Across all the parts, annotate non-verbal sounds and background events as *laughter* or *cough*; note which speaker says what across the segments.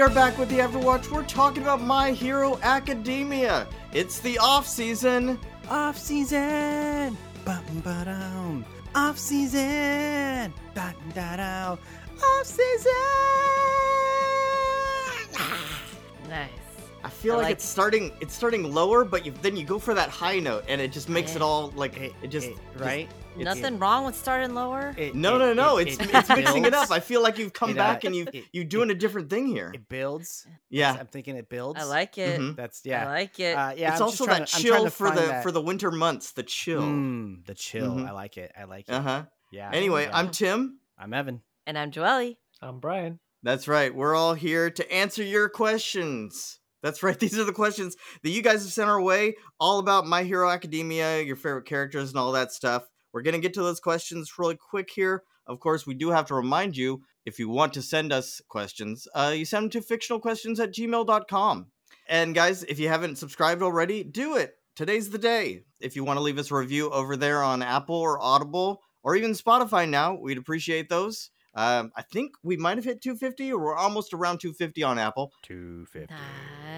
Speaker 1: are back with the Everwatch. We're talking about My Hero Academia. It's the off season.
Speaker 2: Off season, button down. Off season, button down. Off season.
Speaker 3: Nice.
Speaker 1: I feel
Speaker 3: I
Speaker 1: like,
Speaker 3: like-
Speaker 1: it's starting. It's starting lower, but you, then you go for that high note, and it just makes it all like it, just
Speaker 2: it-
Speaker 1: just-
Speaker 2: Eh. right.
Speaker 1: it's-
Speaker 3: Nothing wrong with starting lower.
Speaker 2: It-
Speaker 1: no,
Speaker 2: it-
Speaker 1: no,
Speaker 2: it-
Speaker 1: no. It's
Speaker 2: it-
Speaker 1: it's mixing it
Speaker 2: builds.
Speaker 1: up. I feel like you've come
Speaker 2: It, uh,
Speaker 1: back and you
Speaker 2: it-
Speaker 1: you doing a different thing here.
Speaker 2: It builds.
Speaker 1: Yeah,
Speaker 2: I'm thinking it builds.
Speaker 3: I like it.
Speaker 1: Mhm.
Speaker 2: That's yeah.
Speaker 3: I like it.
Speaker 2: Uh, yeah.
Speaker 1: it's
Speaker 2: I'm just
Speaker 1: also
Speaker 2: trying
Speaker 1: that
Speaker 2: to- I'm trying
Speaker 1: chill
Speaker 2: to
Speaker 1: for
Speaker 2: find
Speaker 1: the
Speaker 2: that-
Speaker 1: for the winter months. The chill.
Speaker 2: Mm, the chill. I
Speaker 1: Mhm.
Speaker 2: like it. I like it.
Speaker 1: Uh huh.
Speaker 2: Yeah.
Speaker 1: Anyway,
Speaker 2: yeah.
Speaker 1: I'm Tim.
Speaker 2: I'm Evan.
Speaker 3: and I'm Joelle.
Speaker 4: I'm Brian.
Speaker 1: That's right. We're all here to answer your questions. That's right. *laughs* These are the questions that you guys have sent our way, all about My Hero Academia, your favorite characters, and all that stuff. We're going to get to those questions really quick here. Of course, we do have to remind you if you want to send us questions, uh, you send them to fictionalquestions at gmail.com. And guys, if you haven't subscribed already, do it. Today's the day. If you want to leave us a review over there on Apple or Audible or even Spotify now, we'd appreciate those. Um, I think we might have hit 250 or we're almost around 250 on Apple.
Speaker 2: Two fifty.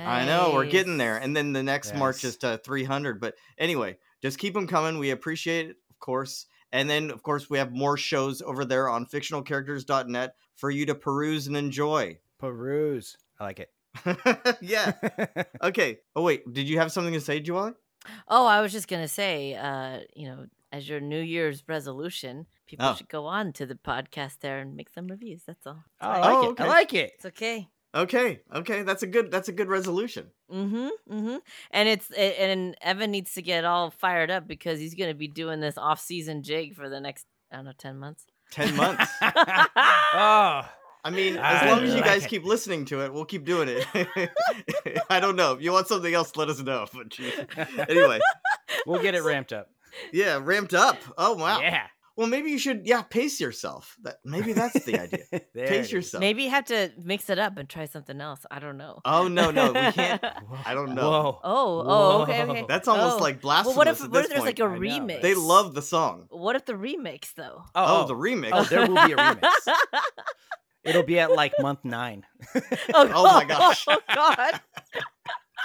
Speaker 1: I know we're getting there.
Speaker 3: Nice.
Speaker 1: And then the next march
Speaker 2: Yes.
Speaker 1: is to 300. But anyway, just keep them coming. We appreciate it, of course. And then, of course, we have more shows over there on fictionalcharacters.net for you to peruse and enjoy. *laughs*
Speaker 2: Peruse. I like it.
Speaker 1: yeah.
Speaker 2: *laughs*
Speaker 1: Okay. Oh, wait. Did you have something to say, Juwan?
Speaker 3: Oh, I was just gonna say, uh, you know, as your New Year's resolution, people
Speaker 1: Oh.
Speaker 3: should go on to the podcast there and make some reviews. That's all.
Speaker 2: Oh, I
Speaker 3: It's
Speaker 2: like
Speaker 1: Oh,
Speaker 2: it.
Speaker 1: okay.
Speaker 2: I like it.
Speaker 3: It's okay.
Speaker 1: Okay. Okay. That's a good, that's a good resolution.
Speaker 3: Mm-hmm. Mm-hmm. And it's a- and Evan needs to get all fired up because he's gonna be doing this off-season jig for the next I don't know ten months.
Speaker 1: 10 months.
Speaker 2: *laughs* oh,
Speaker 1: I mean, as
Speaker 2: I
Speaker 1: long as you
Speaker 2: like
Speaker 1: guys
Speaker 2: it.
Speaker 1: keep listening to it, we'll keep doing it. *laughs* I don't know. If you want something else, let us know. But
Speaker 2: *laughs*
Speaker 1: geez. anyway,
Speaker 2: *laughs* we'll get it ramped up.
Speaker 1: yeah, ramped up. Oh wow.
Speaker 2: Yeah.
Speaker 1: Well, maybe you should. Yeah, pace yourself. That maybe that's the
Speaker 3: *laughs*
Speaker 1: idea.
Speaker 2: *laughs* There it
Speaker 1: pace
Speaker 2: is.
Speaker 1: yourself.
Speaker 3: Maybe you have to mix it up and try something else. I don't know.
Speaker 1: Oh no, no, we
Speaker 3: *laughs*
Speaker 1: can't.
Speaker 2: Whoa.
Speaker 1: I don't know.
Speaker 2: Whoa.
Speaker 3: Oh, oh, okay, okay.
Speaker 4: Whoa.
Speaker 1: That's almost
Speaker 3: Oh.
Speaker 1: like
Speaker 3: Well,
Speaker 1: blasphemous.
Speaker 3: what if
Speaker 1: at
Speaker 3: what
Speaker 1: this
Speaker 3: if there's
Speaker 1: point.
Speaker 3: like a
Speaker 2: I know.
Speaker 3: remix?
Speaker 1: They love the song.
Speaker 3: What if the remix though?
Speaker 1: Oh, the remix.
Speaker 2: Oh,
Speaker 1: Oh,
Speaker 2: there will be a remix. It'll be at like month nine.
Speaker 3: *laughs* oh,
Speaker 1: Oh
Speaker 3: *laughs*
Speaker 1: my gosh.
Speaker 3: Oh
Speaker 1: *laughs*
Speaker 3: god.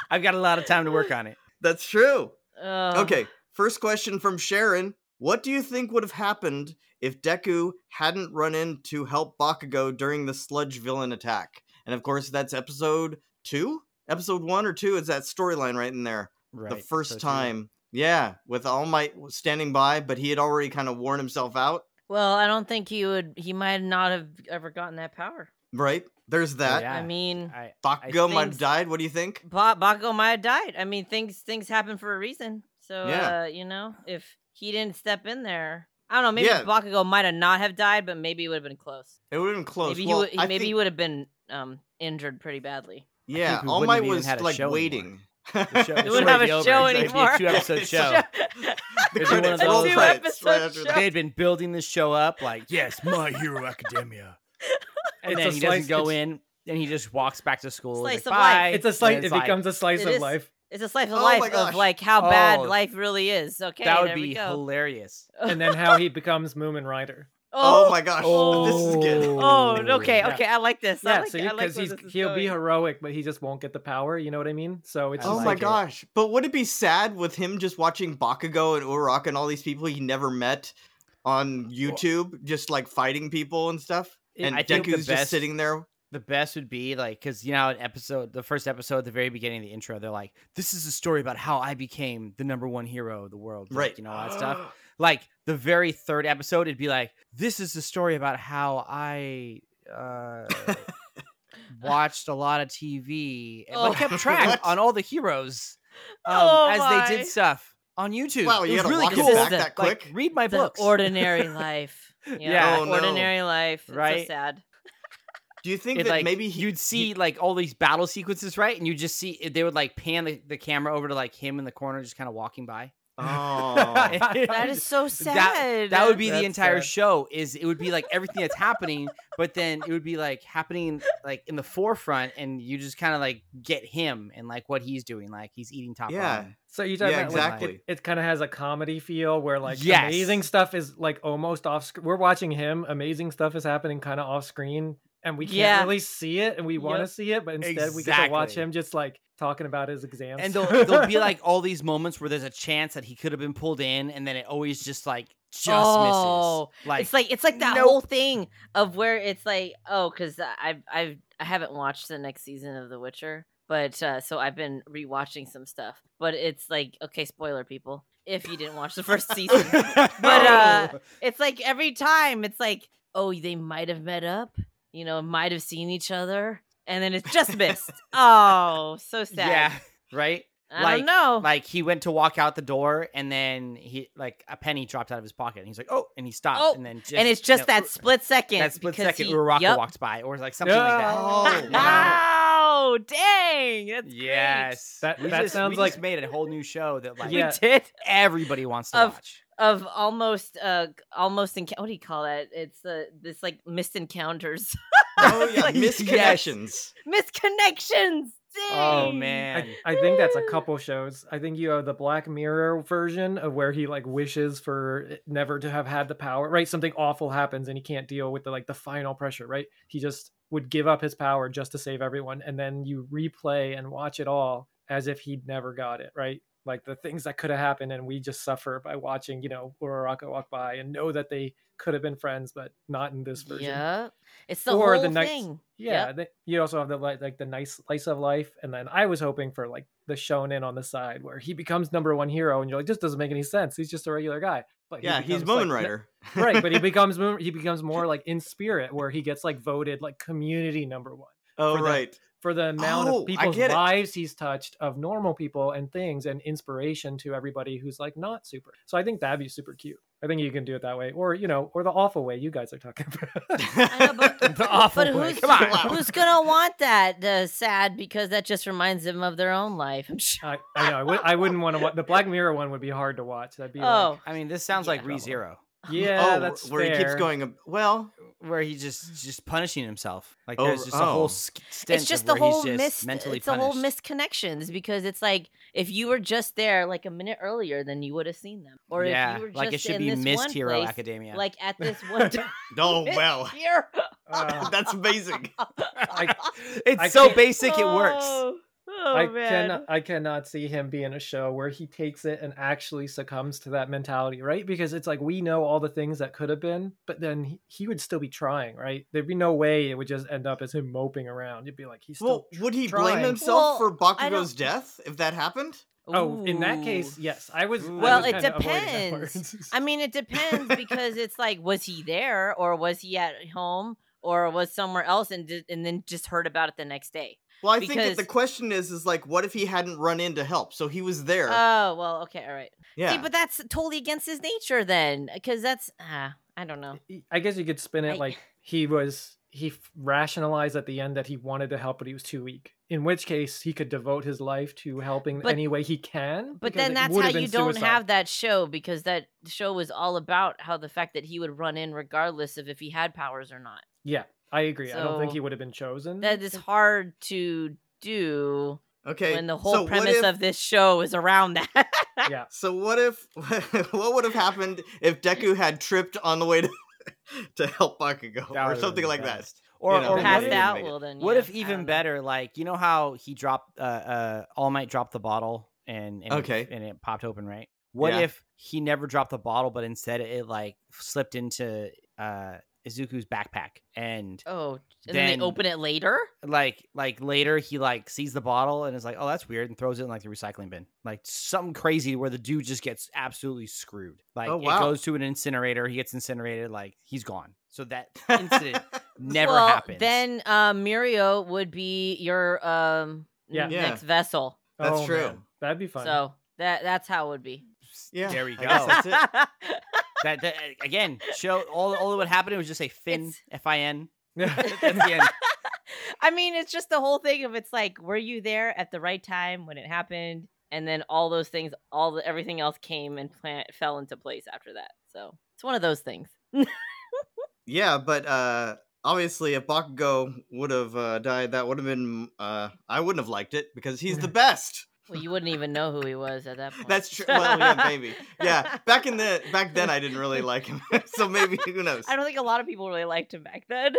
Speaker 2: I've got a lot of time to work on it.
Speaker 1: that's true.
Speaker 3: Oh.
Speaker 1: Okay, first question from Sharon. What do you think would have happened if Deku hadn't run in to help Bakugo during the sludge villain attack? And of course, that's episode two? Episode one or two is that storyline right in there.
Speaker 2: Right.
Speaker 1: the first
Speaker 2: so it's really-
Speaker 1: time. Yeah, with All Might standing by, but he had already kind of worn himself out,
Speaker 3: Well, I don't think he would. He might not have ever gotten that power.
Speaker 1: right? There's that.
Speaker 2: Oh, Yeah.
Speaker 3: I mean,
Speaker 2: I,
Speaker 1: Bakugo might have
Speaker 3: think-
Speaker 1: died. What do you think?
Speaker 3: ba- Bakugo might have died. I mean, things things happen for a reason. So,
Speaker 1: Yeah.
Speaker 3: uh, you know, if he didn't step in there, I don't know. Maybe
Speaker 1: Yeah.
Speaker 3: Bakugo might have not have died, but maybe it would have been close.
Speaker 1: It would have been close.
Speaker 3: Maybe
Speaker 1: Well,
Speaker 3: he would.
Speaker 1: I
Speaker 3: Maybe
Speaker 1: think-
Speaker 3: he would have been um injured pretty badly.
Speaker 1: Yeah,
Speaker 2: we
Speaker 1: All
Speaker 2: wouldn't
Speaker 1: Might
Speaker 2: have even
Speaker 1: was
Speaker 2: had a
Speaker 1: like
Speaker 2: show anymore.
Speaker 1: waiting. *laughs*
Speaker 2: the show,
Speaker 3: It
Speaker 2: the show
Speaker 3: wouldn't have
Speaker 2: would
Speaker 3: a
Speaker 2: be over.
Speaker 3: show
Speaker 2: It'd be
Speaker 3: anymore.
Speaker 2: A two *laughs* episode
Speaker 3: *laughs*
Speaker 2: show.
Speaker 1: the
Speaker 2: It'd be one of
Speaker 1: credits
Speaker 2: those-
Speaker 1: roll
Speaker 2: Two
Speaker 1: credits right
Speaker 3: episode
Speaker 1: after
Speaker 3: show.
Speaker 1: that.
Speaker 2: They had been building this show up, like yes, *laughs* My Hero Academia, and
Speaker 4: It's
Speaker 2: then
Speaker 4: a
Speaker 2: he doesn't
Speaker 4: slice-
Speaker 2: go
Speaker 4: it's-
Speaker 2: in, and he just walks back to school. Like,
Speaker 3: Slice of life.
Speaker 2: Bye.
Speaker 4: It's a
Speaker 2: and
Speaker 4: slice. It
Speaker 2: it's like,
Speaker 4: becomes a slice
Speaker 3: It
Speaker 4: of
Speaker 3: is.
Speaker 4: life.
Speaker 3: it's a slice of
Speaker 1: Oh my
Speaker 3: life
Speaker 1: gosh.
Speaker 3: of like how bad
Speaker 2: Oh.
Speaker 3: life really is. Okay,
Speaker 2: that would
Speaker 3: there
Speaker 2: be
Speaker 3: we go.
Speaker 2: hilarious.
Speaker 4: and then how he becomes Moomin Rider.
Speaker 1: Oh my gosh, this is good.
Speaker 3: Oh, okay,
Speaker 4: Yeah.
Speaker 3: okay. I like this. I
Speaker 4: Yeah,
Speaker 3: like
Speaker 4: so
Speaker 3: it. I like
Speaker 4: because
Speaker 3: where
Speaker 4: he's
Speaker 3: this is
Speaker 4: he'll be
Speaker 3: going.
Speaker 4: heroic, but he just won't get the power. You know what I mean? So it's
Speaker 2: I
Speaker 1: Oh
Speaker 4: just
Speaker 1: my
Speaker 4: like
Speaker 2: it.
Speaker 1: gosh! But would it be sad with him just watching Bakugo and Uraraka and all these people he never met on YouTube, just like fighting people and stuff?
Speaker 2: It-
Speaker 1: and
Speaker 2: I think the
Speaker 1: Deku's just
Speaker 2: best-
Speaker 1: sitting there.
Speaker 2: The best would be like because you know, how an episode, the first episode at the very beginning of the intro, they're like, "This is a story about how I became the number one hero of the world." like,
Speaker 1: Right.
Speaker 2: you know all that stuff. *gasps* like the very third episode it'd be like this is the story about how i
Speaker 1: *laughs*
Speaker 2: uh watched a lot of tv and like,
Speaker 3: Oh.
Speaker 1: *laughs*
Speaker 2: kept track
Speaker 1: What?
Speaker 2: on all the heroes um,
Speaker 3: Oh
Speaker 2: as they
Speaker 3: my.
Speaker 2: did stuff on youtube
Speaker 1: Wow,
Speaker 2: It
Speaker 1: you
Speaker 2: was
Speaker 1: gotta
Speaker 2: really
Speaker 1: walk
Speaker 3: it
Speaker 2: cool
Speaker 3: back
Speaker 1: that
Speaker 2: Like,
Speaker 1: quick?
Speaker 2: read my
Speaker 3: the
Speaker 1: *laughs*
Speaker 2: books
Speaker 3: ordinary life. You know,
Speaker 2: Yeah.
Speaker 3: the
Speaker 1: Oh, no.
Speaker 3: ordinary life. It's
Speaker 2: Right?
Speaker 3: So sad.
Speaker 1: Do you think
Speaker 2: It,
Speaker 1: that
Speaker 2: like,
Speaker 1: maybe he,
Speaker 2: you'd
Speaker 1: *laughs*
Speaker 2: see *laughs* like all these battle sequences right and you just see eh, they would like pan the, the camera over to like him in the corner just kind of walking by
Speaker 1: *laughs*
Speaker 2: *laughs*
Speaker 1: Oh,
Speaker 3: That is so
Speaker 2: That,
Speaker 3: sad.
Speaker 2: that would be the
Speaker 4: That's
Speaker 2: entire
Speaker 4: sad.
Speaker 2: show. Is it would be like everything that's happening, but then it would be like happening like in the forefront, and you just kind of like get him and like what he's doing. Like he's eating top.
Speaker 1: yeah.
Speaker 2: ramen.
Speaker 4: So you talking
Speaker 1: Yeah,
Speaker 4: about, like, it- *laughs*
Speaker 1: exactly.
Speaker 4: it kind of has a comedy feel where like
Speaker 2: Yes.
Speaker 4: amazing stuff is like almost off. Sc- we're watching him. Amazing stuff is happening kind of off screen, and we can't
Speaker 3: Yeah.
Speaker 4: really see it and we want to
Speaker 3: Yep.
Speaker 4: see it, but instead we get to watch
Speaker 2: Exactly.
Speaker 4: him just like talking about his exams.
Speaker 2: and there'll, there'll
Speaker 4: *laughs*
Speaker 2: be like all these moments where there's a chance that he could have been pulled in, and then it always just like just
Speaker 3: Oh,
Speaker 2: misses. Like,
Speaker 3: it's like it's like that
Speaker 1: nope.
Speaker 3: whole thing of where it's like oh because I've I've I haven't watched the next season of The Witcher, but uh, so I've been rewatching some stuff. But it's like okay, spoiler people, if you didn't watch
Speaker 2: *laughs*
Speaker 3: the first season, but uh, it's like every time it's like oh they might have met up, you know, might have seen each other, and then it's
Speaker 2: *laughs*
Speaker 3: just missed. oh, so sad.
Speaker 2: yeah, right.
Speaker 3: I
Speaker 2: like-
Speaker 3: don't know.
Speaker 2: *laughs* Like he went to walk out the door, and then he like a penny dropped out of his pocket, and he's like, "Oh!" and he stopped,
Speaker 3: Oh,
Speaker 2: and then just,
Speaker 3: and it's just
Speaker 2: no,
Speaker 3: that
Speaker 2: Ur-
Speaker 3: split second.
Speaker 2: that split
Speaker 3: because
Speaker 2: second
Speaker 3: he-
Speaker 2: Uraraka
Speaker 3: *laughs* yup.
Speaker 2: walked by, or like something like that.
Speaker 4: *laughs*
Speaker 1: Oh, wow.
Speaker 3: Wow! Dang, Oh, that's great.
Speaker 2: Yes,
Speaker 4: That-
Speaker 2: We
Speaker 4: that
Speaker 2: just-
Speaker 4: sounds
Speaker 2: we
Speaker 4: like-
Speaker 2: just made a whole new show that like
Speaker 3: We
Speaker 4: Yeah.
Speaker 3: did
Speaker 2: everybody wants to
Speaker 3: Of-
Speaker 2: watch.
Speaker 3: of almost, uh, almost. Enc- what do you call that? It's uh, this like missed encounters, *laughs*
Speaker 1: Oh, yeah.
Speaker 2: Like,
Speaker 1: Misconnections.
Speaker 3: misconnections. Dang.
Speaker 2: Oh
Speaker 4: I,
Speaker 2: man,
Speaker 4: I think that's a couple shows. I think you have the Black Mirror version of where he like wishes for it never to have had the power, right? Something awful happens and he can't deal with the like the final pressure, right? He just would give up his power just to save everyone, and then you replay and watch it all as if he'd never got it, right? Like the things that could have happened, and we just suffer by watching, you know, Uraraka walk by and know that they could have been friends, but not in this version.
Speaker 3: Yeah, it's the
Speaker 4: Or the
Speaker 3: whole
Speaker 4: nice-
Speaker 3: thing.
Speaker 4: Yeah, th- you also have the li- like the nice slice of life, and then I was hoping for like the shonen on the side where he becomes number one hero, and you're like, this doesn't make any sense. He's just a regular guy. But he
Speaker 1: Yeah, he's
Speaker 4: becomes, like,
Speaker 1: Moomin
Speaker 4: n-
Speaker 1: Rider.
Speaker 4: *laughs*
Speaker 1: *laughs*
Speaker 4: right? But he becomes Moon- he becomes more like in spirit, where he gets like voted like community number one
Speaker 1: oh,
Speaker 4: for the-
Speaker 1: right.
Speaker 4: for the amount
Speaker 1: Oh, I
Speaker 4: of people's
Speaker 1: get it.
Speaker 4: lives he's touched, of normal people and things, and inspiration to everybody who's like not super. So I think that'd be super cute. I think you can do it that way, or you know, or the awful way you guys are talking
Speaker 1: *laughs*
Speaker 4: about. *laughs*
Speaker 3: I know,
Speaker 2: *laughs*
Speaker 3: but,
Speaker 2: the awful
Speaker 3: but
Speaker 2: way.
Speaker 3: who's,
Speaker 2: Come on,
Speaker 3: *laughs* who's gonna want that? The sad because that just reminds them of their own
Speaker 2: *laughs*
Speaker 3: life. I'm sure.
Speaker 4: I, I know. I, would, I wouldn't want to watch the Black Mirror one. Would be hard to watch. That'd be
Speaker 3: Oh,
Speaker 2: I mean, this sounds like
Speaker 3: Yeah.
Speaker 2: Re Zero,
Speaker 4: like, yeah,
Speaker 1: oh,
Speaker 4: that's
Speaker 1: where he keeps
Speaker 4: fair.
Speaker 1: going. *laughs* ab- Well,
Speaker 2: where he just just punishing himself. Like
Speaker 1: Oh,
Speaker 2: there's just a
Speaker 1: oh.
Speaker 2: whole sk- stint
Speaker 3: it's just
Speaker 2: of
Speaker 3: the
Speaker 2: where he's
Speaker 3: whole
Speaker 2: just
Speaker 3: miss
Speaker 2: mentally
Speaker 3: it's the whole
Speaker 2: punished.
Speaker 3: misconnections because it's like if you were just there like a minute earlier then you would have seen them or
Speaker 2: yeah,
Speaker 3: if you were just
Speaker 2: like it should
Speaker 3: in
Speaker 2: be
Speaker 3: this
Speaker 2: missed
Speaker 3: one
Speaker 2: Hero
Speaker 3: place,
Speaker 2: Academia.
Speaker 3: like at this
Speaker 2: *laughs*
Speaker 3: one *laughs* time
Speaker 1: *laughs* oh,
Speaker 3: Miss
Speaker 1: well.
Speaker 3: Hero.
Speaker 4: Uh,
Speaker 1: That's amazing.
Speaker 3: *laughs*
Speaker 2: it's
Speaker 4: I
Speaker 2: so
Speaker 4: can't-
Speaker 2: basic it works. uh,
Speaker 3: oh, oh,
Speaker 4: I
Speaker 3: man
Speaker 4: cannot. I cannot see him be in a show where he takes it and actually succumbs to that mentality, right? Because it's like we know all the things that could have been, but then he, he would still be trying, right? There'd be no way it would just end up as him moping around. It'd be like he's
Speaker 1: Well,
Speaker 4: still.
Speaker 1: would he
Speaker 4: trying.
Speaker 1: blame himself
Speaker 3: Well,
Speaker 1: for
Speaker 3: I don't-
Speaker 1: Bakugo's death if that happened?
Speaker 4: oh, in that case,
Speaker 3: Ooh.
Speaker 4: yes. I was. I
Speaker 2: Well,
Speaker 4: was
Speaker 2: it
Speaker 4: kinda avoiding that
Speaker 3: depends.
Speaker 4: *laughs* word.
Speaker 3: I mean, it depends because it's like, was he there or was he at home or was somewhere else and did, and then just heard about it the next day?
Speaker 1: Well, I think that
Speaker 3: Because-
Speaker 1: the question is, is like, what if he hadn't run in to help? So he was there.
Speaker 3: Oh well, okay, all right.
Speaker 1: yeah.
Speaker 3: See, but that's totally against his nature then, because that's ah, I don't know.
Speaker 4: y- I guess you could spin it
Speaker 3: I-
Speaker 4: like he was he f- rationalized at the end that he wanted to help, but he was too weak. In which case, he could devote his life to helping
Speaker 3: But-
Speaker 4: any way he can.
Speaker 3: But
Speaker 4: because
Speaker 3: then
Speaker 4: it
Speaker 3: that's
Speaker 4: would
Speaker 3: how
Speaker 4: have been
Speaker 3: you don't
Speaker 4: suicide.
Speaker 3: have that show because that show was all about how the fact that he would run in regardless of if he had powers or not.
Speaker 4: Yeah, I agree. I don't think
Speaker 3: So,
Speaker 4: he would have been chosen.
Speaker 3: That is hard to do
Speaker 1: okay.
Speaker 3: when the whole
Speaker 1: so what
Speaker 3: premise
Speaker 1: if-
Speaker 3: of this show is around *laughs* that.
Speaker 4: yeah,
Speaker 1: So what if? *laughs* What would have happened if Deku had tripped on the way to *laughs* to help Bakugo
Speaker 2: That
Speaker 1: or
Speaker 2: would've
Speaker 1: something
Speaker 2: been
Speaker 1: like that?
Speaker 2: best. Or,
Speaker 1: know,
Speaker 2: or
Speaker 1: what
Speaker 3: Passed
Speaker 1: if-
Speaker 3: out. Well, then
Speaker 2: What
Speaker 3: yeah,
Speaker 2: if
Speaker 3: I
Speaker 2: even
Speaker 3: don't know.
Speaker 2: better? Like you know how he dropped uh, uh All Might dropped the bottle and, and it-
Speaker 1: Okay.
Speaker 2: and it popped open right. What
Speaker 1: Yeah.
Speaker 2: if he never dropped the bottle, but instead it like slipped into uh Izuku's backpack and
Speaker 3: Oh, and then,
Speaker 2: Then-
Speaker 3: they open it later.
Speaker 2: like like later he like sees the bottle and is like oh that's weird and throws it in like the recycling bin like something crazy where the dude just gets absolutely screwed like
Speaker 1: Oh,
Speaker 2: it
Speaker 1: wow.
Speaker 2: goes to an incinerator he gets incinerated like he's gone
Speaker 1: *laughs*
Speaker 2: so that incident never
Speaker 3: well,
Speaker 2: happens
Speaker 3: Then uh, Mirio would be your um
Speaker 4: Yeah.
Speaker 1: Yeah.
Speaker 3: next vessel.
Speaker 1: That's
Speaker 4: Oh,
Speaker 1: true.
Speaker 4: man, That'd be fun. *laughs*
Speaker 3: So that that's how it would be.
Speaker 1: Yeah,
Speaker 2: there we
Speaker 1: I guess
Speaker 2: go
Speaker 1: that's it.
Speaker 2: that, that again show all all that would happen it was just say fin
Speaker 3: It's-
Speaker 2: f i n
Speaker 4: yeah,
Speaker 2: at the end
Speaker 3: *laughs* I mean, it's just the whole thing of it's like, were you there at the right time when it happened? And then all those things, all the everything else came and plant fell into place after that. So it's one of those things. *laughs*
Speaker 1: Yeah, but uh obviously if Bakugo would have uh, died, that would have been uh I wouldn't have liked it because he's
Speaker 2: *laughs*
Speaker 1: the best.
Speaker 3: Well, you wouldn't even know who he was at *laughs* that
Speaker 1: *laughs*
Speaker 3: point.
Speaker 1: That's true. Well, yeah, maybe.
Speaker 3: *laughs*
Speaker 1: Yeah, back in the back then I didn't really like him. *laughs* so maybe who knows.
Speaker 3: I don't think a lot of people really liked him back then.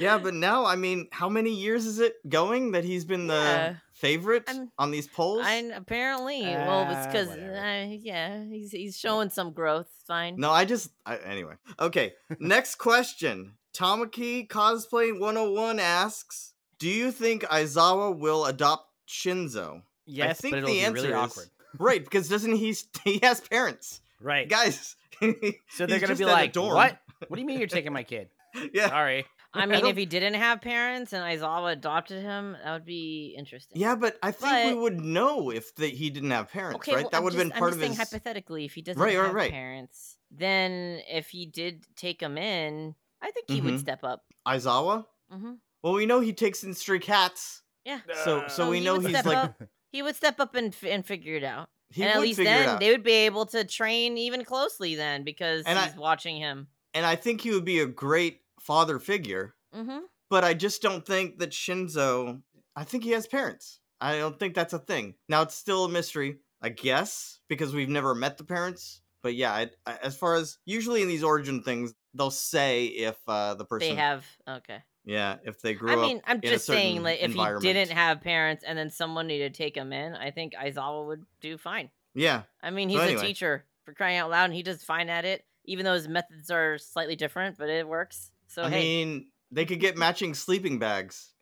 Speaker 1: Yeah, but now I mean, how many years is it going that he's been the
Speaker 3: Yeah.
Speaker 1: favorite
Speaker 3: I'm-
Speaker 1: on these polls?
Speaker 3: I apparently well
Speaker 2: Ah,
Speaker 3: it's because
Speaker 2: whatever.
Speaker 3: uh, yeah he's he's showing some growth. It's Fine.
Speaker 1: No, I just I, anyway. Okay, next
Speaker 2: *laughs*
Speaker 1: question. Tamaki Cosplay 101 asks, "Do you think Aizawa will adopt Shinzo?"
Speaker 2: Yes,
Speaker 1: think
Speaker 2: but it'll
Speaker 1: the
Speaker 2: be
Speaker 1: answer
Speaker 2: really
Speaker 1: is-
Speaker 2: awkward.
Speaker 1: Right, because doesn't he *laughs* st- he has parents.
Speaker 2: Right.
Speaker 1: Guys. *laughs*
Speaker 2: so they're
Speaker 1: he's
Speaker 2: gonna
Speaker 1: just
Speaker 2: be
Speaker 1: at a
Speaker 2: like,
Speaker 1: dorm.
Speaker 2: "What? What do you mean you're taking
Speaker 1: *laughs*
Speaker 2: my kid?
Speaker 1: yeah.
Speaker 2: Sorry." *laughs*
Speaker 3: I
Speaker 1: I
Speaker 3: mean,
Speaker 1: don't-
Speaker 3: if he didn't have parents and Aizawa adopted him, that would be interesting.
Speaker 1: Yeah, but I think we
Speaker 3: But-
Speaker 1: would know if the, he didn't have parents,
Speaker 3: Okay,
Speaker 1: right?
Speaker 3: well,
Speaker 1: that
Speaker 3: I'm
Speaker 1: would have been
Speaker 3: just- I'm
Speaker 1: part
Speaker 3: just
Speaker 1: of
Speaker 3: saying
Speaker 1: his
Speaker 3: hypothetically. If he doesn't
Speaker 1: Right, right,
Speaker 3: have
Speaker 1: right.
Speaker 3: parents, then if he did take him in, I think he would
Speaker 1: Mhm.
Speaker 3: step up.
Speaker 1: Aizawa.
Speaker 3: hmm
Speaker 1: Well, we know he takes in stray cats,
Speaker 3: Yeah,
Speaker 1: so so *laughs*
Speaker 3: So
Speaker 1: we
Speaker 3: he
Speaker 1: know
Speaker 3: would
Speaker 1: he's
Speaker 3: step
Speaker 1: like
Speaker 3: up. he would step up and fi- and figure it out.
Speaker 1: he
Speaker 3: and at
Speaker 1: would
Speaker 3: least
Speaker 1: figure it
Speaker 3: then
Speaker 1: out.
Speaker 3: they would be able to train even closely then because
Speaker 1: And I-
Speaker 3: he's watching him.
Speaker 1: and I think he would be a great father figure.
Speaker 3: hmm
Speaker 1: but I just don't think that Shinzo. I think he has parents. I don't think that's a thing. Now it's still a mystery, I guess, because we've never met the parents. But yeah, I, I, as far as usually in these origin things, they'll say if uh, the person,
Speaker 3: They have okay.
Speaker 1: yeah, if they grew
Speaker 3: I mean,
Speaker 1: up.
Speaker 3: I'm
Speaker 1: in a
Speaker 3: just saying,
Speaker 1: certain
Speaker 3: like, if he
Speaker 1: environment.
Speaker 3: didn't have parents and then someone needed to take him in, I think Aizawa would do fine.
Speaker 1: Yeah,
Speaker 3: I mean,
Speaker 1: So
Speaker 3: he's
Speaker 1: anyway.
Speaker 3: a teacher for crying out loud, and he does fine at it, even though his methods are slightly different, but it works. So
Speaker 1: I
Speaker 3: hey,
Speaker 1: mean, they could get matching sleeping bags.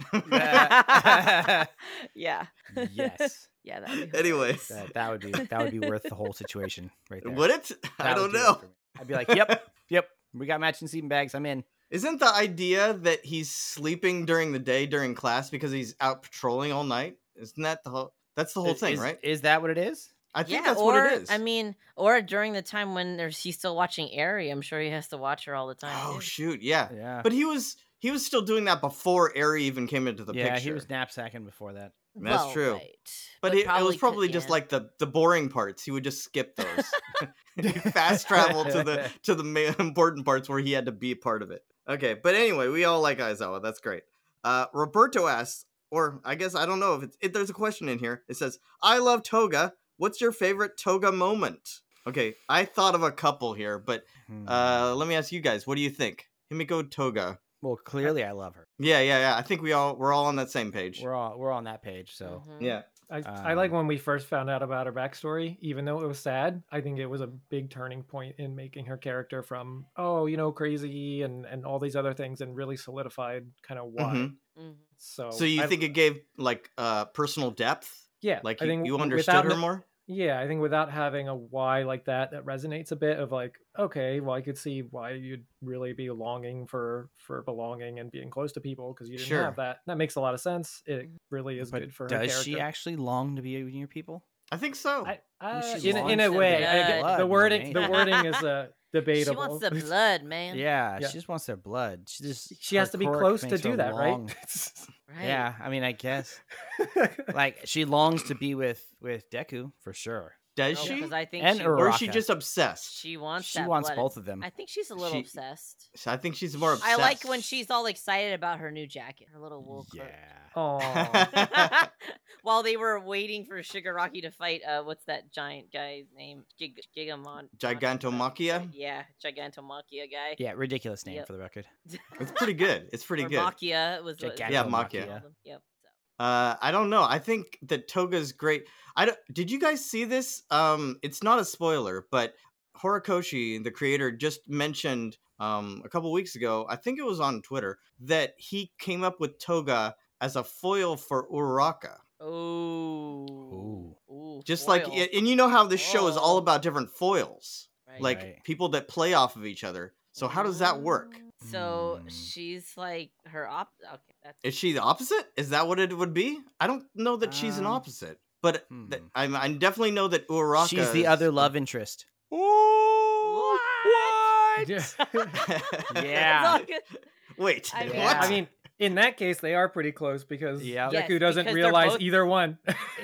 Speaker 2: Yeah.
Speaker 3: *laughs* yeah,
Speaker 2: yes,
Speaker 3: yeah.
Speaker 1: *laughs*
Speaker 3: That would be
Speaker 1: Anyway.
Speaker 3: hilarious.
Speaker 2: that, that would be that would be worth the whole situation right there.
Speaker 1: Would it? *laughs* I
Speaker 2: That
Speaker 1: don't
Speaker 2: would do it
Speaker 1: know.
Speaker 2: for me. I'd be like, "Yep, yep, we got matching sleeping bags. I'm in."
Speaker 1: Isn't the idea that he's sleeping during the day during class because he's out patrolling all night? Isn't that the whole? That's the whole
Speaker 2: Is-
Speaker 1: thing,
Speaker 2: is-
Speaker 1: right?
Speaker 2: Is that what it is?
Speaker 1: I think
Speaker 3: yeah,
Speaker 1: that's
Speaker 3: or
Speaker 1: what it is.
Speaker 3: I mean, or during the time when there's he's still watching Aerie, I'm sure he has to watch her all the time.
Speaker 1: oh
Speaker 3: too.
Speaker 1: shoot, yeah.
Speaker 2: Yeah,
Speaker 1: But he was he was still doing that before Airy even came into the
Speaker 2: yeah,
Speaker 1: picture.
Speaker 2: he was knapsacking before that.
Speaker 1: That's
Speaker 3: Well,
Speaker 1: true.
Speaker 3: right.
Speaker 1: But, it, it was
Speaker 3: could-
Speaker 1: probably just
Speaker 3: yeah.
Speaker 1: like the the boring parts. He would just skip those. *laughs* He fast travel to the to the main *laughs* important parts where he had to be a part of it. Okay, but anyway, we all like Aizawa. That's great. Uh, Roberto asks, or I guess I don't know if it's if there's a question in here. It says, "I love Toga. What's your favorite Toga moment?" Okay, I thought of a couple here, but
Speaker 2: Hmm.
Speaker 1: uh, let me ask you guys. What do you think? Himiko Toga.
Speaker 2: well, clearly I love her.
Speaker 1: Yeah, yeah, yeah. I think we all we're all on that same page.
Speaker 2: We're all we're on that page. So
Speaker 3: Mhm.
Speaker 1: yeah.
Speaker 4: I, I like
Speaker 2: Um,
Speaker 4: when we first found out about her backstory, even though it was sad. I think it was a big turning point in making her character from oh, you know, crazy and and all these other things, and really solidified kind of why.
Speaker 1: Mhm.
Speaker 3: Mhm.
Speaker 4: So,
Speaker 1: So you
Speaker 4: I-
Speaker 1: think it gave like uh personal depth?
Speaker 4: yeah,
Speaker 1: Like
Speaker 4: I
Speaker 1: you,
Speaker 4: think
Speaker 1: you
Speaker 4: w-
Speaker 1: understood
Speaker 4: without
Speaker 1: her
Speaker 4: kn-
Speaker 1: more?
Speaker 4: Yeah, I think without having a why like that, that resonates a bit of like, okay, well, I could see why you'd really be longing for for belonging and being close to people because you didn't
Speaker 1: Sure.
Speaker 4: have that. That makes a lot of sense. It really is
Speaker 2: but
Speaker 4: good for her
Speaker 2: does
Speaker 4: character.
Speaker 2: she actually long to be with your people?
Speaker 1: I think so.
Speaker 4: I, I,
Speaker 2: she
Speaker 4: in, in
Speaker 2: wants
Speaker 4: a
Speaker 2: the
Speaker 4: way, I get-
Speaker 3: blood,
Speaker 4: the wording the
Speaker 2: man.
Speaker 4: wording
Speaker 1: *laughs*
Speaker 4: is uh, debatable.
Speaker 3: She
Speaker 2: *laughs*
Speaker 3: wants
Speaker 4: *laughs*
Speaker 3: the blood, man.
Speaker 2: Yeah,
Speaker 4: Yeah.
Speaker 2: she just wants their blood. She just
Speaker 4: She
Speaker 2: her
Speaker 4: has to be
Speaker 2: quirk
Speaker 4: close to
Speaker 2: makes her
Speaker 4: do
Speaker 2: *laughs*
Speaker 4: that,
Speaker 2: long-
Speaker 3: Right.
Speaker 2: Yeah, I mean, I guess *laughs* like she longs to be with with Deku for sure,
Speaker 1: Does
Speaker 3: Oh, Because
Speaker 1: she?
Speaker 3: I think
Speaker 2: and
Speaker 3: she,
Speaker 1: or is she
Speaker 2: Uraka.
Speaker 1: just obsessed?
Speaker 3: she wants.
Speaker 2: she
Speaker 3: that
Speaker 2: wants
Speaker 3: blood.
Speaker 2: both of them.
Speaker 3: I think she's a little
Speaker 1: She-
Speaker 3: obsessed.
Speaker 1: So I think she's more obsessed.
Speaker 3: I like when she's all excited about her new jacket, her little wool
Speaker 2: yeah,
Speaker 3: coat.
Speaker 1: *laughs*
Speaker 4: Oh,
Speaker 3: *laughs* While they were waiting for Shigaraki to fight, uh, what's that giant guy's name? Gig- Gigamon.
Speaker 1: Gigantomachia?
Speaker 3: Yeah, Gigantomachia guy.
Speaker 2: yeah, ridiculous name
Speaker 3: Yep.
Speaker 2: for the record.
Speaker 3: *laughs*
Speaker 1: It's pretty good. It's pretty
Speaker 3: Or
Speaker 1: good.
Speaker 3: Machia was what,
Speaker 1: Yeah,
Speaker 2: Gigantomachia.
Speaker 1: Machia.
Speaker 3: Yep. so-
Speaker 1: Uh, I don't know. I think that Toga's great. I don't, did you guys see this? Um, it's not a spoiler, but Horikoshi, the creator, just mentioned um, a couple weeks ago. I think it was on Twitter that he came up with Toga as a foil for Uraka.
Speaker 3: Oh. Ooh.
Speaker 1: Just
Speaker 3: foil.
Speaker 1: like, and you know how this show is all
Speaker 3: Whoa.
Speaker 1: about different foils,
Speaker 3: Right.
Speaker 1: like
Speaker 2: Right.
Speaker 1: people that play off of each other. So how does that work?
Speaker 3: Mm. So
Speaker 2: Mm.
Speaker 3: she's like her op. Okay, that's
Speaker 1: Is she the opposite? Is that what it would be? I don't know that she's an
Speaker 2: Um,
Speaker 1: opposite, but th-
Speaker 2: hmm.
Speaker 1: I'm, I definitely know that Uraka.
Speaker 2: She's the
Speaker 1: is- *laughs*
Speaker 2: other love interest.
Speaker 3: What?
Speaker 1: *laughs*
Speaker 4: Yeah. *laughs*
Speaker 3: It's
Speaker 2: Yeah.
Speaker 3: all good.
Speaker 1: Wait.
Speaker 3: I mean-
Speaker 1: what?
Speaker 4: I mean, in that case, they are pretty close because
Speaker 2: Yep.
Speaker 3: Yes,
Speaker 4: Deku doesn't
Speaker 3: because they're
Speaker 4: realize
Speaker 3: both-
Speaker 1: *laughs*
Speaker 4: either one.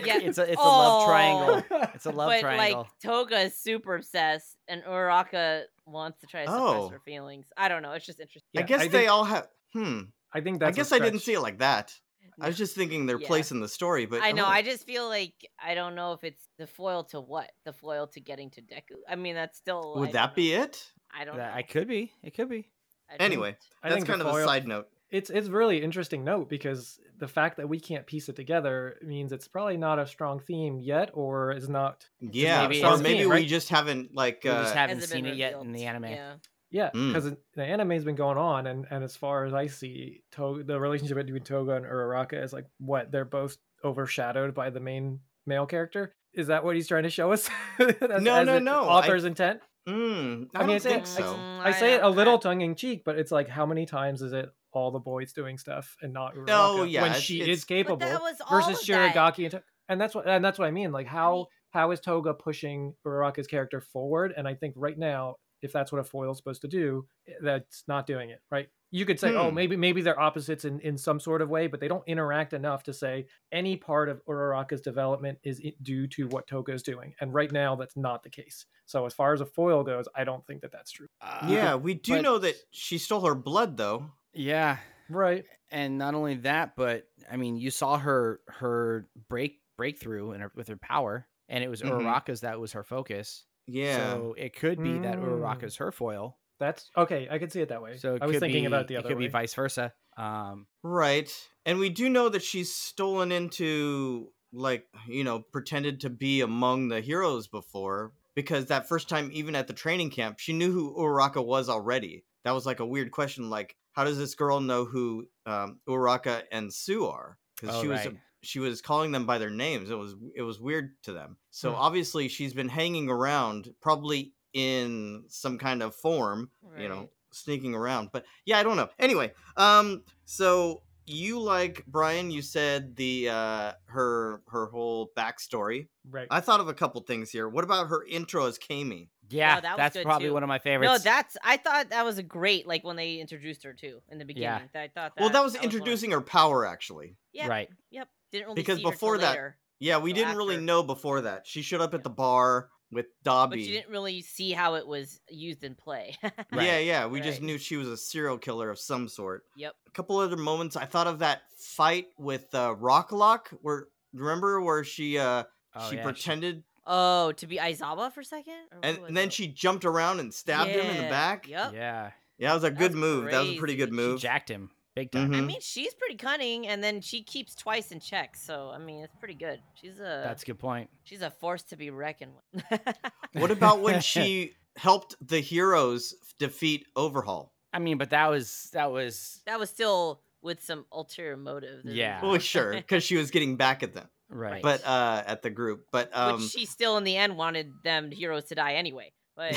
Speaker 3: Yeah.
Speaker 2: It's a it's a love
Speaker 3: Aw.
Speaker 2: triangle. It's
Speaker 3: *laughs*
Speaker 2: a love
Speaker 3: but
Speaker 2: triangle.
Speaker 3: like Toga is super obsessed, and Uraka wants to try to suppress
Speaker 1: Oh.
Speaker 3: her feelings. I don't know. It's just interesting.
Speaker 1: I
Speaker 4: Yeah,
Speaker 1: guess
Speaker 4: I
Speaker 1: they
Speaker 4: think-
Speaker 1: all have. Hmm.
Speaker 4: I think
Speaker 1: I
Speaker 4: that's. a
Speaker 1: guess I didn't
Speaker 4: stretch.
Speaker 1: see it like that. I was just thinking their
Speaker 3: Yeah.
Speaker 1: place in the story, but
Speaker 3: I know.
Speaker 1: oh,
Speaker 3: I just feel like I don't know if it's the foil to what the foil to getting to Deku. I mean, that's still.
Speaker 1: would that be it?
Speaker 3: I don't.
Speaker 2: That-
Speaker 3: know.
Speaker 2: I could be. It could be.
Speaker 3: I don't-
Speaker 1: Anyway,
Speaker 4: I
Speaker 1: that's
Speaker 4: think the
Speaker 1: kind of a
Speaker 4: foil-
Speaker 1: side note.
Speaker 4: it's it's really interesting note because the fact that we can't piece it together means it's probably not a strong theme yet, or is not.
Speaker 1: Yeah,
Speaker 2: maybe
Speaker 1: or
Speaker 2: it's
Speaker 1: maybe
Speaker 2: being-
Speaker 1: we just haven't like.
Speaker 2: We
Speaker 1: Uh,
Speaker 2: just haven't
Speaker 3: Hasn't been
Speaker 2: seen it yet in
Speaker 3: revealed.
Speaker 2: the anime.
Speaker 3: Yeah.
Speaker 4: Yeah,
Speaker 1: Mm.
Speaker 4: because the anime's been going on, and and as far as I see, to- the relationship between Toga and Uraraka is like what they're both overshadowed by the main male character. Is that what he's trying to show us? *laughs* As-
Speaker 1: No,
Speaker 4: as
Speaker 1: no,
Speaker 4: the
Speaker 1: no, I-
Speaker 4: Author's intent.
Speaker 1: mm, I,
Speaker 4: I mean, I
Speaker 1: don't think
Speaker 4: think-
Speaker 1: so.
Speaker 3: Mm,
Speaker 4: I say it a
Speaker 3: don't-
Speaker 4: little tongue in cheek, but it's like how many times is it all the boys doing stuff and not Uraraka
Speaker 1: Oh, yeah,
Speaker 4: when
Speaker 1: it's-
Speaker 4: she
Speaker 1: it's-
Speaker 4: is capable
Speaker 3: But that was all
Speaker 4: versus
Speaker 3: of that.
Speaker 4: Shiragaki and, To- and that's what and that's what I mean. Like how
Speaker 3: mean-
Speaker 4: how is Toga pushing Uraraka's character forward? And I think right now, if that's what a foil's supposed to do, eh, that's not doing it, right? You could say, oh,
Speaker 1: Hmm.
Speaker 4: maybe maybe they're opposites in, in some sort of way, but they don't interact enough to say any part of Uraraka's development is i- due to what Toga is doing. And right now, that's not the case. So as far as a foil goes, I don't think that that's true.
Speaker 1: Yeah, we do
Speaker 4: but-
Speaker 1: know that she stole her blood though.
Speaker 2: Yeah.
Speaker 4: Right.
Speaker 2: and not only that, but I mean, you saw her her break breakthrough and her, with her power, and it was
Speaker 1: Mhm.
Speaker 2: Uraraka's that was her focus.
Speaker 1: Yeah.
Speaker 2: So it could be that
Speaker 4: Mm.
Speaker 2: Uraraka's her foil.
Speaker 4: That's okay. I can see it that way.
Speaker 2: So it
Speaker 4: I was
Speaker 2: could
Speaker 4: thinking
Speaker 2: be,
Speaker 4: about it the
Speaker 2: it
Speaker 4: other
Speaker 2: could
Speaker 4: way.
Speaker 2: be vice versa. Um,
Speaker 1: Right. And we do know that she's stolen into like, you know, pretended to be among the heroes before because that first time even at the training camp, she knew who Uraraka was already. That was like a weird question like how does this girl know who um Uraraka and Sue are? Cuz
Speaker 2: oh,
Speaker 1: she was
Speaker 2: right.
Speaker 1: she was calling them by their names. It was it was weird to them. So
Speaker 4: Hmm.
Speaker 1: obviously she's been hanging around probably in some kind of form you know
Speaker 3: Right.
Speaker 1: sneaking around but yeah i don't know anyway um so you like brian you said the uh her her whole backstory
Speaker 4: right.
Speaker 1: i thought of a couple things here what about her intro as kami
Speaker 2: yeah,
Speaker 3: Oh, that was
Speaker 2: that's
Speaker 3: good
Speaker 2: probably
Speaker 3: too.
Speaker 2: one of my favorites.
Speaker 3: No, that's I thought that was a great like when they introduced her too in the beginning.
Speaker 2: Yeah.
Speaker 3: I thought that
Speaker 1: well that was
Speaker 3: one of-
Speaker 1: introducing her power actually
Speaker 3: yeah,
Speaker 2: right.
Speaker 3: Yep. Didn't really
Speaker 1: Because
Speaker 3: see her
Speaker 1: before
Speaker 3: till
Speaker 1: that-
Speaker 3: later,
Speaker 1: yeah we
Speaker 3: So
Speaker 1: didn't really
Speaker 3: after-
Speaker 1: know before that she showed up
Speaker 3: Yeah.
Speaker 1: at the bar with
Speaker 3: but you
Speaker 1: dobby
Speaker 3: didn't really see how it was used in play. *laughs*
Speaker 1: yeah yeah we just
Speaker 3: Right.
Speaker 1: knew she was a serial killer of some sort
Speaker 3: yep.
Speaker 1: a couple other moments i thought of that fight with uh rocklock where remember where she uh
Speaker 2: Oh,
Speaker 1: she
Speaker 2: yeah,
Speaker 1: pretended
Speaker 3: Oh, to be Aizawa for a second, Or
Speaker 1: and,
Speaker 3: who was
Speaker 1: and then
Speaker 3: it?
Speaker 1: she jumped around and stabbed him in the
Speaker 3: Yeah,
Speaker 1: back.
Speaker 3: Yep.
Speaker 2: Yeah,
Speaker 1: Yeah, that was a
Speaker 3: That
Speaker 1: good
Speaker 3: was
Speaker 1: move. That was a pretty good
Speaker 3: crazy.
Speaker 2: she
Speaker 1: move.
Speaker 2: jacked him big time.
Speaker 3: I
Speaker 1: Mhm.
Speaker 3: mean, she's pretty cunning, and then she keeps twice in check. So I mean, it's pretty good. She's a
Speaker 2: That's a good point.
Speaker 3: she's a force to be reckoned with. *laughs*
Speaker 1: What about
Speaker 2: *laughs*
Speaker 1: when she helped the heroes defeat Overhaul?
Speaker 2: I mean, but that was that was
Speaker 3: that was still with some ulterior motive. There was
Speaker 2: Yeah.
Speaker 1: Well, Oh,
Speaker 3: *laughs*
Speaker 1: sure, because she was getting back at them,
Speaker 2: right.
Speaker 1: but uh, at the group. But um,
Speaker 3: Which she still, in the end, wanted them heroes to die anyway. But, uh,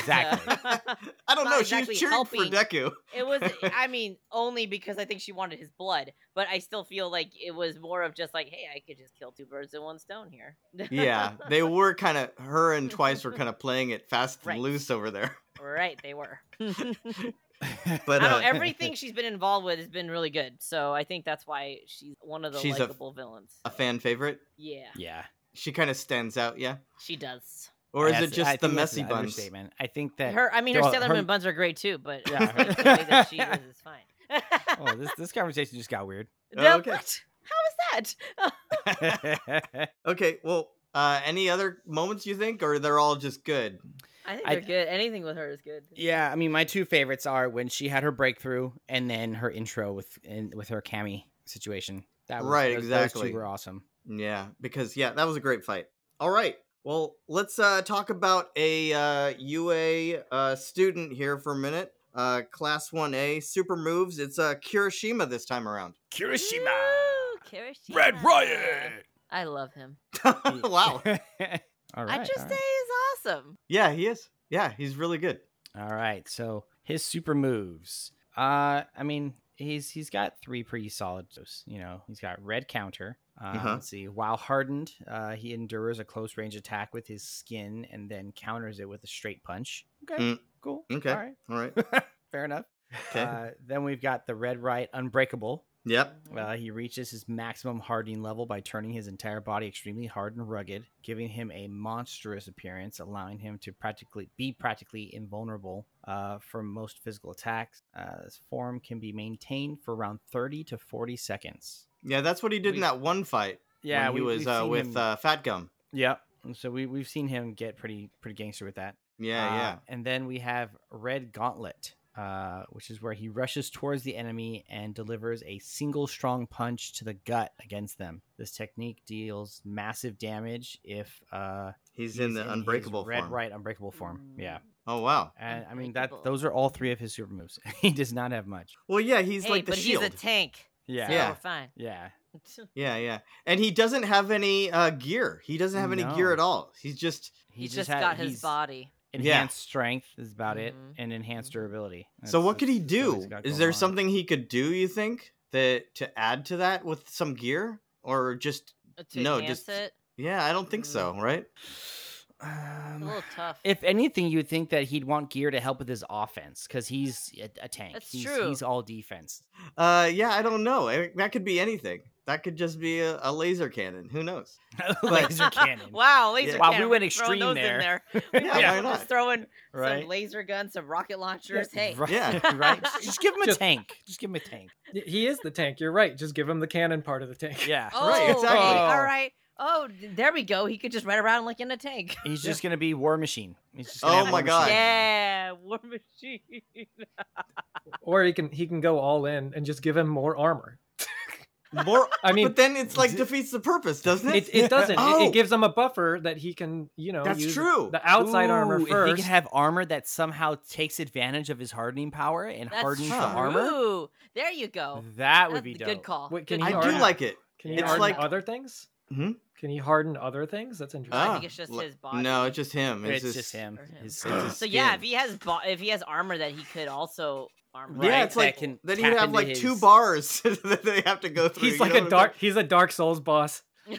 Speaker 1: *laughs*
Speaker 2: Exactly.
Speaker 3: *laughs*
Speaker 1: I don't
Speaker 3: not
Speaker 1: know.
Speaker 3: exactly
Speaker 1: she was cheering
Speaker 3: helping.
Speaker 1: for Deku.
Speaker 2: *laughs*
Speaker 3: it was, I mean, only because I think she wanted his blood. But I still feel like it was more of just like, hey, I could just kill two birds in one stone here. *laughs*
Speaker 1: Yeah, *laughs* they were kind of her and Twice were kind of playing it fast and
Speaker 3: Right.
Speaker 1: loose over there.
Speaker 3: right, they were. I
Speaker 1: But
Speaker 3: don't.
Speaker 1: uh,
Speaker 3: Everything she's been involved with has been really good. So I think that's why she's one of the
Speaker 1: She's a-
Speaker 3: likable villains.
Speaker 1: a fan favorite.
Speaker 3: Yeah,
Speaker 2: yeah.
Speaker 1: She kind of stands out. Yeah,
Speaker 3: she does.
Speaker 1: or is
Speaker 2: That's-
Speaker 1: it
Speaker 2: I
Speaker 1: just the
Speaker 2: think that's
Speaker 1: messy
Speaker 2: an
Speaker 1: buns?
Speaker 2: understatement. I think that
Speaker 3: Her, I mean, her
Speaker 2: well,
Speaker 3: Sailor
Speaker 2: her-
Speaker 3: Moon buns are great too. But
Speaker 2: Yeah,
Speaker 3: I think
Speaker 2: her-
Speaker 3: *laughs* the way that she is is fine.
Speaker 2: oh, this this conversation just got weird.
Speaker 3: No,
Speaker 1: Okay.
Speaker 3: what? How is that?
Speaker 1: Okay, well, uh, any other moments you think, or they're all just good?
Speaker 3: I think
Speaker 2: I-
Speaker 3: they're good. Anything with her is good.
Speaker 1: *laughs*
Speaker 2: yeah, I mean, my two favorites are when she had her breakthrough and then her intro with in, with her Cammy situation. That was,
Speaker 1: Right,
Speaker 2: those- those two
Speaker 1: exactly.
Speaker 2: were awesome.
Speaker 1: Yeah, because yeah, that was a great fight. All right. Well, let's uh talk about a uh UA uh student here for a minute. Uh class 1A super moves. It's uh Kirishima this time around. *laughs*
Speaker 3: Ooh, Kirishima.
Speaker 2: *laughs*
Speaker 3: I love him.
Speaker 1: *laughs* wow.
Speaker 2: all right.
Speaker 3: I just
Speaker 2: all right.
Speaker 3: say he's awesome.
Speaker 1: Yeah, he is. Yeah, he's really good.
Speaker 2: All right. So his super moves. Uh, I mean, he's he's got three pretty solid. moves, You know, he's got red counter. Uh,
Speaker 1: Uh-huh.
Speaker 2: Let's see. While hardened, uh, he endures a close range attack with his skin and then counters it with a straight punch. Okay.
Speaker 1: Mm.
Speaker 2: Cool.
Speaker 1: Okay.
Speaker 2: All right.
Speaker 1: All
Speaker 2: *laughs*
Speaker 1: right.
Speaker 2: Fair enough.
Speaker 1: Okay.
Speaker 2: Uh, then we've got the red right unbreakable.
Speaker 1: Yep.
Speaker 3: Mm.
Speaker 2: Uh, he reaches his maximum hardening level by turning his entire body extremely hard and rugged, giving him a monstrous appearance, allowing him to practically be practically invulnerable uh, from most physical attacks. Uh, this form can be maintained for around 30 to 40 seconds.
Speaker 1: Yeah, that's what he did
Speaker 2: we-
Speaker 1: in that one fight.
Speaker 2: Yeah,
Speaker 1: when he was uh, with uh, Fat Gum.
Speaker 2: yeah. And so we we've seen him get pretty pretty gangster with that.
Speaker 1: Yeah,
Speaker 2: Uh, And then we have Red Gauntlet. uh, which is where he rushes towards the enemy and delivers a single strong punch to the gut against them. This technique deals massive damage if uh,
Speaker 1: He's,
Speaker 2: he's
Speaker 1: in the
Speaker 2: his
Speaker 1: unbreakable
Speaker 2: red,
Speaker 1: form.
Speaker 2: right, unbreakable form. Yeah,
Speaker 1: Oh wow.
Speaker 2: and I mean that
Speaker 3: Mm, Unbreakable.
Speaker 2: those are all three of his super moves. *laughs* he does not have much.
Speaker 1: Well, yeah, he's
Speaker 3: hey,
Speaker 1: like the
Speaker 3: but
Speaker 1: shield.
Speaker 3: he's a tank.
Speaker 2: Yeah,
Speaker 3: so
Speaker 1: Yeah.
Speaker 3: we're fine. *laughs*
Speaker 2: yeah.
Speaker 1: yeah, yeah, and he doesn't have any uh, gear. He doesn't have any gear
Speaker 2: No.
Speaker 1: at all. He's just
Speaker 3: He's
Speaker 2: just
Speaker 3: just
Speaker 2: had-
Speaker 3: got his
Speaker 2: he's-
Speaker 3: body.
Speaker 2: enhanced strength is about
Speaker 3: Mhm.
Speaker 2: it and enhanced durability
Speaker 1: so
Speaker 2: That's-
Speaker 1: what could he
Speaker 2: that's- that's what he's
Speaker 1: do?
Speaker 2: got
Speaker 1: Is
Speaker 2: going
Speaker 1: there
Speaker 2: on.
Speaker 1: something he could do? You think that to add to that with some gear or just
Speaker 3: To
Speaker 1: No,
Speaker 3: enhance
Speaker 1: just-
Speaker 3: it,
Speaker 1: yeah? I don't think so. Right?
Speaker 3: it's
Speaker 2: *sighs*
Speaker 3: a
Speaker 2: Um, *sighs*
Speaker 3: little tough. *laughs*
Speaker 2: if anything you'd think that he'd want gear to help with his offense because he's a, a tank
Speaker 3: That's
Speaker 2: he's,
Speaker 3: true.
Speaker 2: he's all defense *laughs*
Speaker 1: Uh, yeah, I don't know. I, that could be anything. That could just be a, a laser cannon. Who knows?
Speaker 2: laser cannon
Speaker 3: wow, laser
Speaker 1: Yeah.
Speaker 2: Wow, we
Speaker 3: cannon. We're
Speaker 2: went
Speaker 3: just
Speaker 2: extreme
Speaker 3: throwing those
Speaker 2: *laughs*
Speaker 3: in
Speaker 2: there.
Speaker 3: *laughs* there. We
Speaker 1: Yeah,
Speaker 3: might as
Speaker 1: why
Speaker 3: well
Speaker 1: not?
Speaker 3: just throwing
Speaker 2: right
Speaker 3: some laser guns, some rocket launchers. Hey,
Speaker 2: right,
Speaker 1: Yeah.
Speaker 2: *laughs* right just give him a
Speaker 4: Just-
Speaker 2: tank *laughs* just give him a tank
Speaker 4: Y- He is the tank. You're right. Just give him the cannon part of the tank. *laughs*
Speaker 2: yeah
Speaker 3: oh,
Speaker 1: Right, exactly.
Speaker 3: hey,
Speaker 2: Oh.
Speaker 3: all right. Oh, th- there we go. He could just run around like in a tank.
Speaker 2: he's just gonna be war machine he's just gonna
Speaker 1: Oh
Speaker 2: have
Speaker 1: my
Speaker 2: War Machine.
Speaker 1: God.
Speaker 3: Yeah, war
Speaker 2: *laughs*
Speaker 3: machine.
Speaker 4: Or he can he can go all in and just give him more armor.
Speaker 1: More.
Speaker 4: I mean,
Speaker 1: but then it's like
Speaker 2: d-
Speaker 1: defeats the purpose, doesn't it?
Speaker 4: it, it doesn't. It- It,
Speaker 1: Oh.
Speaker 4: gives him a buffer that he can you know.
Speaker 1: That's
Speaker 4: use
Speaker 1: true.
Speaker 4: The outside
Speaker 2: Ooh,
Speaker 4: armor
Speaker 2: if
Speaker 4: first.
Speaker 2: he can have armor that somehow takes advantage of his hardening power and
Speaker 3: That's
Speaker 2: hardens the
Speaker 1: true.
Speaker 2: armor
Speaker 3: Ooh, there you go.
Speaker 2: that would
Speaker 3: That's
Speaker 2: be
Speaker 3: a
Speaker 2: dope.
Speaker 3: good call.
Speaker 4: Wait, can
Speaker 3: Good
Speaker 1: I
Speaker 4: he
Speaker 3: call.
Speaker 1: do
Speaker 4: already-
Speaker 1: like it.
Speaker 4: can he
Speaker 1: it's
Speaker 4: harden
Speaker 1: like-
Speaker 4: other things?
Speaker 1: Hmm? Ah,
Speaker 4: Can he harden other things? That's interesting.
Speaker 3: I think it's just
Speaker 1: le-
Speaker 3: his body.
Speaker 1: No, it's just him.
Speaker 2: it's just him
Speaker 3: or him.
Speaker 2: His- it's his
Speaker 3: So yeah,
Speaker 1: skin.
Speaker 3: if he has bo- if he has armor that he could also armor.
Speaker 2: Right,
Speaker 1: yeah, it's
Speaker 2: that
Speaker 1: like
Speaker 2: can
Speaker 1: then he'd
Speaker 2: tap
Speaker 1: have
Speaker 2: into
Speaker 1: like two
Speaker 2: his-
Speaker 1: bars *laughs* that they have to go through.
Speaker 4: He's
Speaker 1: you
Speaker 4: like
Speaker 1: know
Speaker 4: a
Speaker 1: what I'm
Speaker 4: dark. He's a Dark Souls boss. His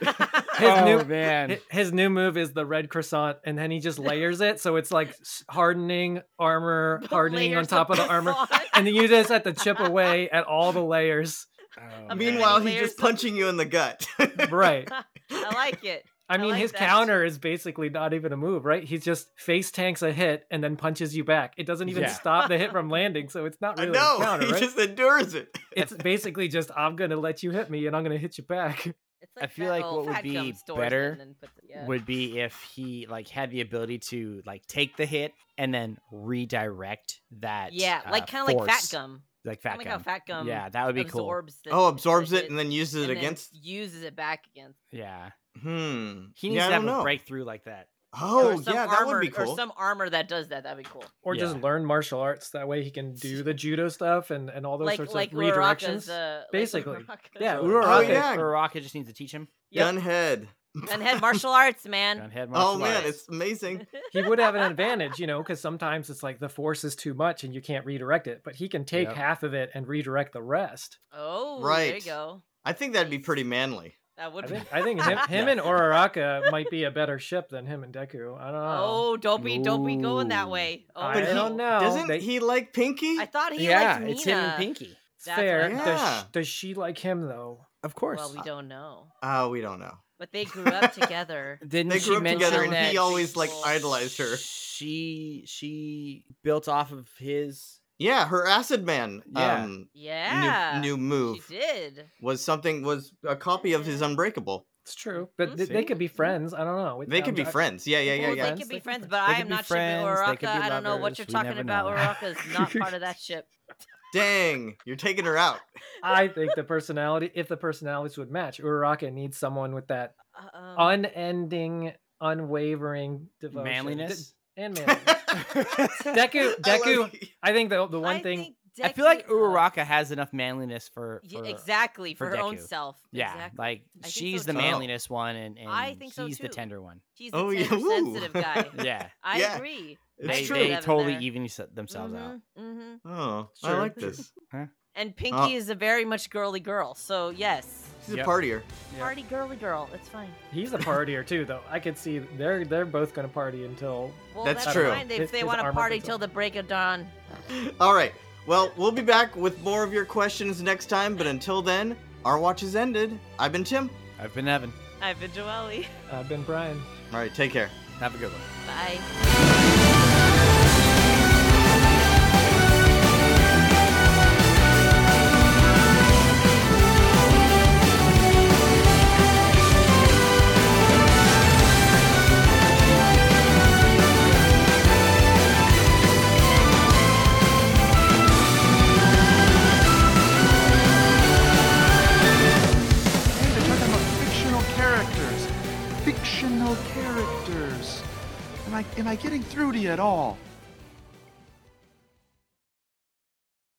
Speaker 2: oh
Speaker 4: new-
Speaker 1: *laughs*
Speaker 2: man
Speaker 4: Hi- His new move is the red croissant, and then he just layers it. So it's like s- hardening
Speaker 2: *laughs*
Speaker 4: armor, *laughs* hardening
Speaker 3: *laughs*
Speaker 4: on
Speaker 3: Layers
Speaker 4: top of the armor, *laughs* and then you just have to chip away at all the layers.
Speaker 2: Oh,
Speaker 1: saying?
Speaker 3: Okay.
Speaker 1: Meanwhile, he's
Speaker 3: Layers
Speaker 1: just
Speaker 3: of-
Speaker 1: punching you in the gut. *laughs*
Speaker 4: Right.
Speaker 3: I like it.
Speaker 4: I mean,
Speaker 3: like
Speaker 4: his
Speaker 3: that.
Speaker 4: counter is basically not even a move, right? He just face tanks a hit and then punches you back. It doesn't even
Speaker 2: Yeah.
Speaker 4: stop the
Speaker 3: *laughs*
Speaker 4: hit from landing, so it's not
Speaker 1: I
Speaker 4: really
Speaker 1: know. *laughs*
Speaker 4: a counter,
Speaker 1: he
Speaker 4: right?
Speaker 1: just endures it.
Speaker 4: It's basically just I'm gonna let you hit me, and I'm gonna hit you back. *laughs*
Speaker 3: It's like
Speaker 2: feel
Speaker 3: that
Speaker 2: like
Speaker 3: old
Speaker 2: what would
Speaker 3: Fat
Speaker 2: be
Speaker 3: Gum store's
Speaker 2: better
Speaker 3: and then put the- yeah.
Speaker 2: would be if he like had the ability to like take the hit and then redirect that.
Speaker 3: yeah,
Speaker 2: uh,
Speaker 3: like kind of like fat
Speaker 2: force.
Speaker 3: gum.
Speaker 2: Like
Speaker 3: Kind
Speaker 2: fat
Speaker 3: of like how
Speaker 2: gum.
Speaker 3: fat gum
Speaker 2: yeah, that would be cool.
Speaker 3: absorbs
Speaker 1: *laughs*
Speaker 3: the,
Speaker 1: Oh, absorbs
Speaker 3: the
Speaker 1: it and then uses it
Speaker 3: and then
Speaker 1: against.
Speaker 3: uses it back again.
Speaker 2: Yeah,
Speaker 1: Hmm.
Speaker 2: he needs
Speaker 1: yeah, I
Speaker 2: to have
Speaker 1: don't
Speaker 2: a
Speaker 1: know.
Speaker 2: breakthrough like that.
Speaker 1: Oh
Speaker 3: or some
Speaker 1: yeah,
Speaker 3: armor,
Speaker 1: that would be cool.
Speaker 3: Or some armor that does that. That'd be cool.
Speaker 4: Or just
Speaker 2: Yeah.
Speaker 4: learn martial arts. That way he can do the judo stuff and, and all those
Speaker 3: like
Speaker 4: sorts
Speaker 3: like
Speaker 4: of redirections.
Speaker 3: Uraraka's, uh, like *laughs*
Speaker 4: Basically.
Speaker 3: Uraraka's-
Speaker 4: Yeah,
Speaker 2: So,
Speaker 4: Uraraka-
Speaker 1: Oh, yeah.
Speaker 2: Uraraka just needs to teach him.
Speaker 3: Yep.
Speaker 1: Gunhead.
Speaker 3: And head martial arts, man.
Speaker 2: Gunhead
Speaker 1: Oh
Speaker 2: *laughs* martial
Speaker 1: man,
Speaker 2: arts.
Speaker 1: it's *laughs*
Speaker 3: *laughs*
Speaker 1: amazing.
Speaker 4: he would have an advantage, you know, because sometimes it's like the force is too much and you can't redirect it, but he can take
Speaker 2: Yep.
Speaker 4: half of it and redirect the rest.
Speaker 3: Oh, There you
Speaker 1: Right.
Speaker 3: go.
Speaker 1: I think that'd be
Speaker 3: Nice.
Speaker 1: pretty manly.
Speaker 3: That
Speaker 4: I
Speaker 3: would be.
Speaker 4: think,
Speaker 3: *laughs*
Speaker 1: *laughs*
Speaker 4: I think him, him and Uraraka might be a better ship than him and Deku. I don't know.
Speaker 3: Oh, don't be, don't be going that
Speaker 2: Ooh.
Speaker 3: way. Oh,
Speaker 4: I
Speaker 1: But he-
Speaker 4: don't know.
Speaker 1: Doesn't
Speaker 4: They-
Speaker 1: he like Pinky?
Speaker 3: I thought he
Speaker 2: yeah,
Speaker 3: liked Mina.
Speaker 2: it's him and Pinky.
Speaker 4: it's
Speaker 3: that's what
Speaker 4: fair.
Speaker 3: I
Speaker 1: thought.
Speaker 4: Does,
Speaker 1: Yeah.
Speaker 4: sh- does she like him though?
Speaker 2: Of course.
Speaker 3: Well, we
Speaker 1: Uh,
Speaker 3: don't know,
Speaker 1: Oh, we don't know.
Speaker 3: but they grew
Speaker 2: *laughs*
Speaker 3: up together.
Speaker 2: Didn't
Speaker 1: They
Speaker 2: she
Speaker 1: grew up together,
Speaker 2: mention
Speaker 1: and he
Speaker 2: that
Speaker 1: always like
Speaker 3: she-
Speaker 1: idolized her.
Speaker 2: She she built off of his.
Speaker 1: Yeah, her Acid Man.
Speaker 2: Yeah.
Speaker 1: Um,
Speaker 3: Yeah,
Speaker 1: New, new move.
Speaker 3: She did.
Speaker 1: was something was a copy of his
Speaker 3: Yeah.
Speaker 1: Unbreakable.
Speaker 4: It's true, but
Speaker 3: Mm,
Speaker 4: th- they
Speaker 1: see?
Speaker 4: could be friends. I don't know. It-
Speaker 1: They could
Speaker 4: I'm-
Speaker 1: be
Speaker 4: I-
Speaker 1: friends. Yeah, yeah, yeah,
Speaker 3: well,
Speaker 1: yeah.
Speaker 3: They could
Speaker 4: They
Speaker 3: be
Speaker 4: could
Speaker 3: friends,
Speaker 4: be-
Speaker 3: but
Speaker 2: they
Speaker 3: I
Speaker 2: could
Speaker 3: am
Speaker 2: be
Speaker 3: not shipping
Speaker 2: friends, they could
Speaker 3: Uraka.
Speaker 2: be
Speaker 3: I don't know
Speaker 2: lovers,
Speaker 3: what you're
Speaker 2: we
Speaker 3: talking
Speaker 2: never
Speaker 3: about.
Speaker 2: know.
Speaker 3: Uraka's not part
Speaker 2: *laughs*
Speaker 3: of that ship.
Speaker 1: Dang, you're taking her out.
Speaker 4: I think the personality, if the personalities would match, Uraraka needs someone with that
Speaker 3: Uh-oh.
Speaker 4: unending, unwavering devotion.
Speaker 2: Manliness.
Speaker 1: *laughs*
Speaker 4: D- and manliness.
Speaker 2: *laughs*
Speaker 4: Deku,
Speaker 1: I
Speaker 4: Deku.
Speaker 1: like-
Speaker 4: I think the the one thing
Speaker 3: think
Speaker 2: I feel like
Speaker 3: Deku- oh,
Speaker 2: Uraraka has enough manliness for,
Speaker 3: yeah,
Speaker 2: for
Speaker 3: exactly for,
Speaker 2: for
Speaker 3: her own
Speaker 2: Deku.
Speaker 3: self.
Speaker 2: Yeah,
Speaker 3: exactly.
Speaker 2: like
Speaker 3: I think so,
Speaker 2: she's the
Speaker 3: too.
Speaker 2: manliness one, and, and
Speaker 3: I think so,
Speaker 2: he's the
Speaker 3: too.
Speaker 2: tender
Speaker 3: *laughs*
Speaker 2: one.
Speaker 3: She's the
Speaker 1: Oh, yeah,
Speaker 3: tender,
Speaker 1: woo.
Speaker 3: sensitive guy.
Speaker 2: *laughs* Yeah,
Speaker 3: I
Speaker 1: Yeah.
Speaker 3: agree.
Speaker 1: It's
Speaker 2: they,
Speaker 3: true.
Speaker 2: they
Speaker 3: Have it
Speaker 2: totally
Speaker 3: there.
Speaker 2: even se- themselves out.
Speaker 3: hmm
Speaker 1: Oh, I
Speaker 4: Sure.
Speaker 1: like this.
Speaker 3: And Pinky
Speaker 1: Uh,
Speaker 3: is a very much girly girl, so yes,
Speaker 1: She's
Speaker 2: Yep.
Speaker 1: a partier.
Speaker 2: Yeah.
Speaker 3: party girly girl. It's fine.
Speaker 4: he's a partier too, though. I could see they're they're both gonna party until
Speaker 3: Well,
Speaker 1: That's
Speaker 3: that's,
Speaker 1: true.
Speaker 3: fine if
Speaker 4: His-
Speaker 3: they
Speaker 4: his
Speaker 3: want to
Speaker 4: arm up
Speaker 3: party
Speaker 4: until-
Speaker 3: till the break of dawn.
Speaker 1: All right. Well, we'll be back with more of your questions next time, but until then, our watch is ended. I've been Tim.
Speaker 3: Mm-hmm.
Speaker 2: I've been Evan.
Speaker 3: I've been Joelle.
Speaker 4: uh, Ben Bryan.
Speaker 1: All right, take care.
Speaker 2: Have a good one.
Speaker 3: Bye.
Speaker 5: characters, fictional characters. Am I am I getting through to you at all?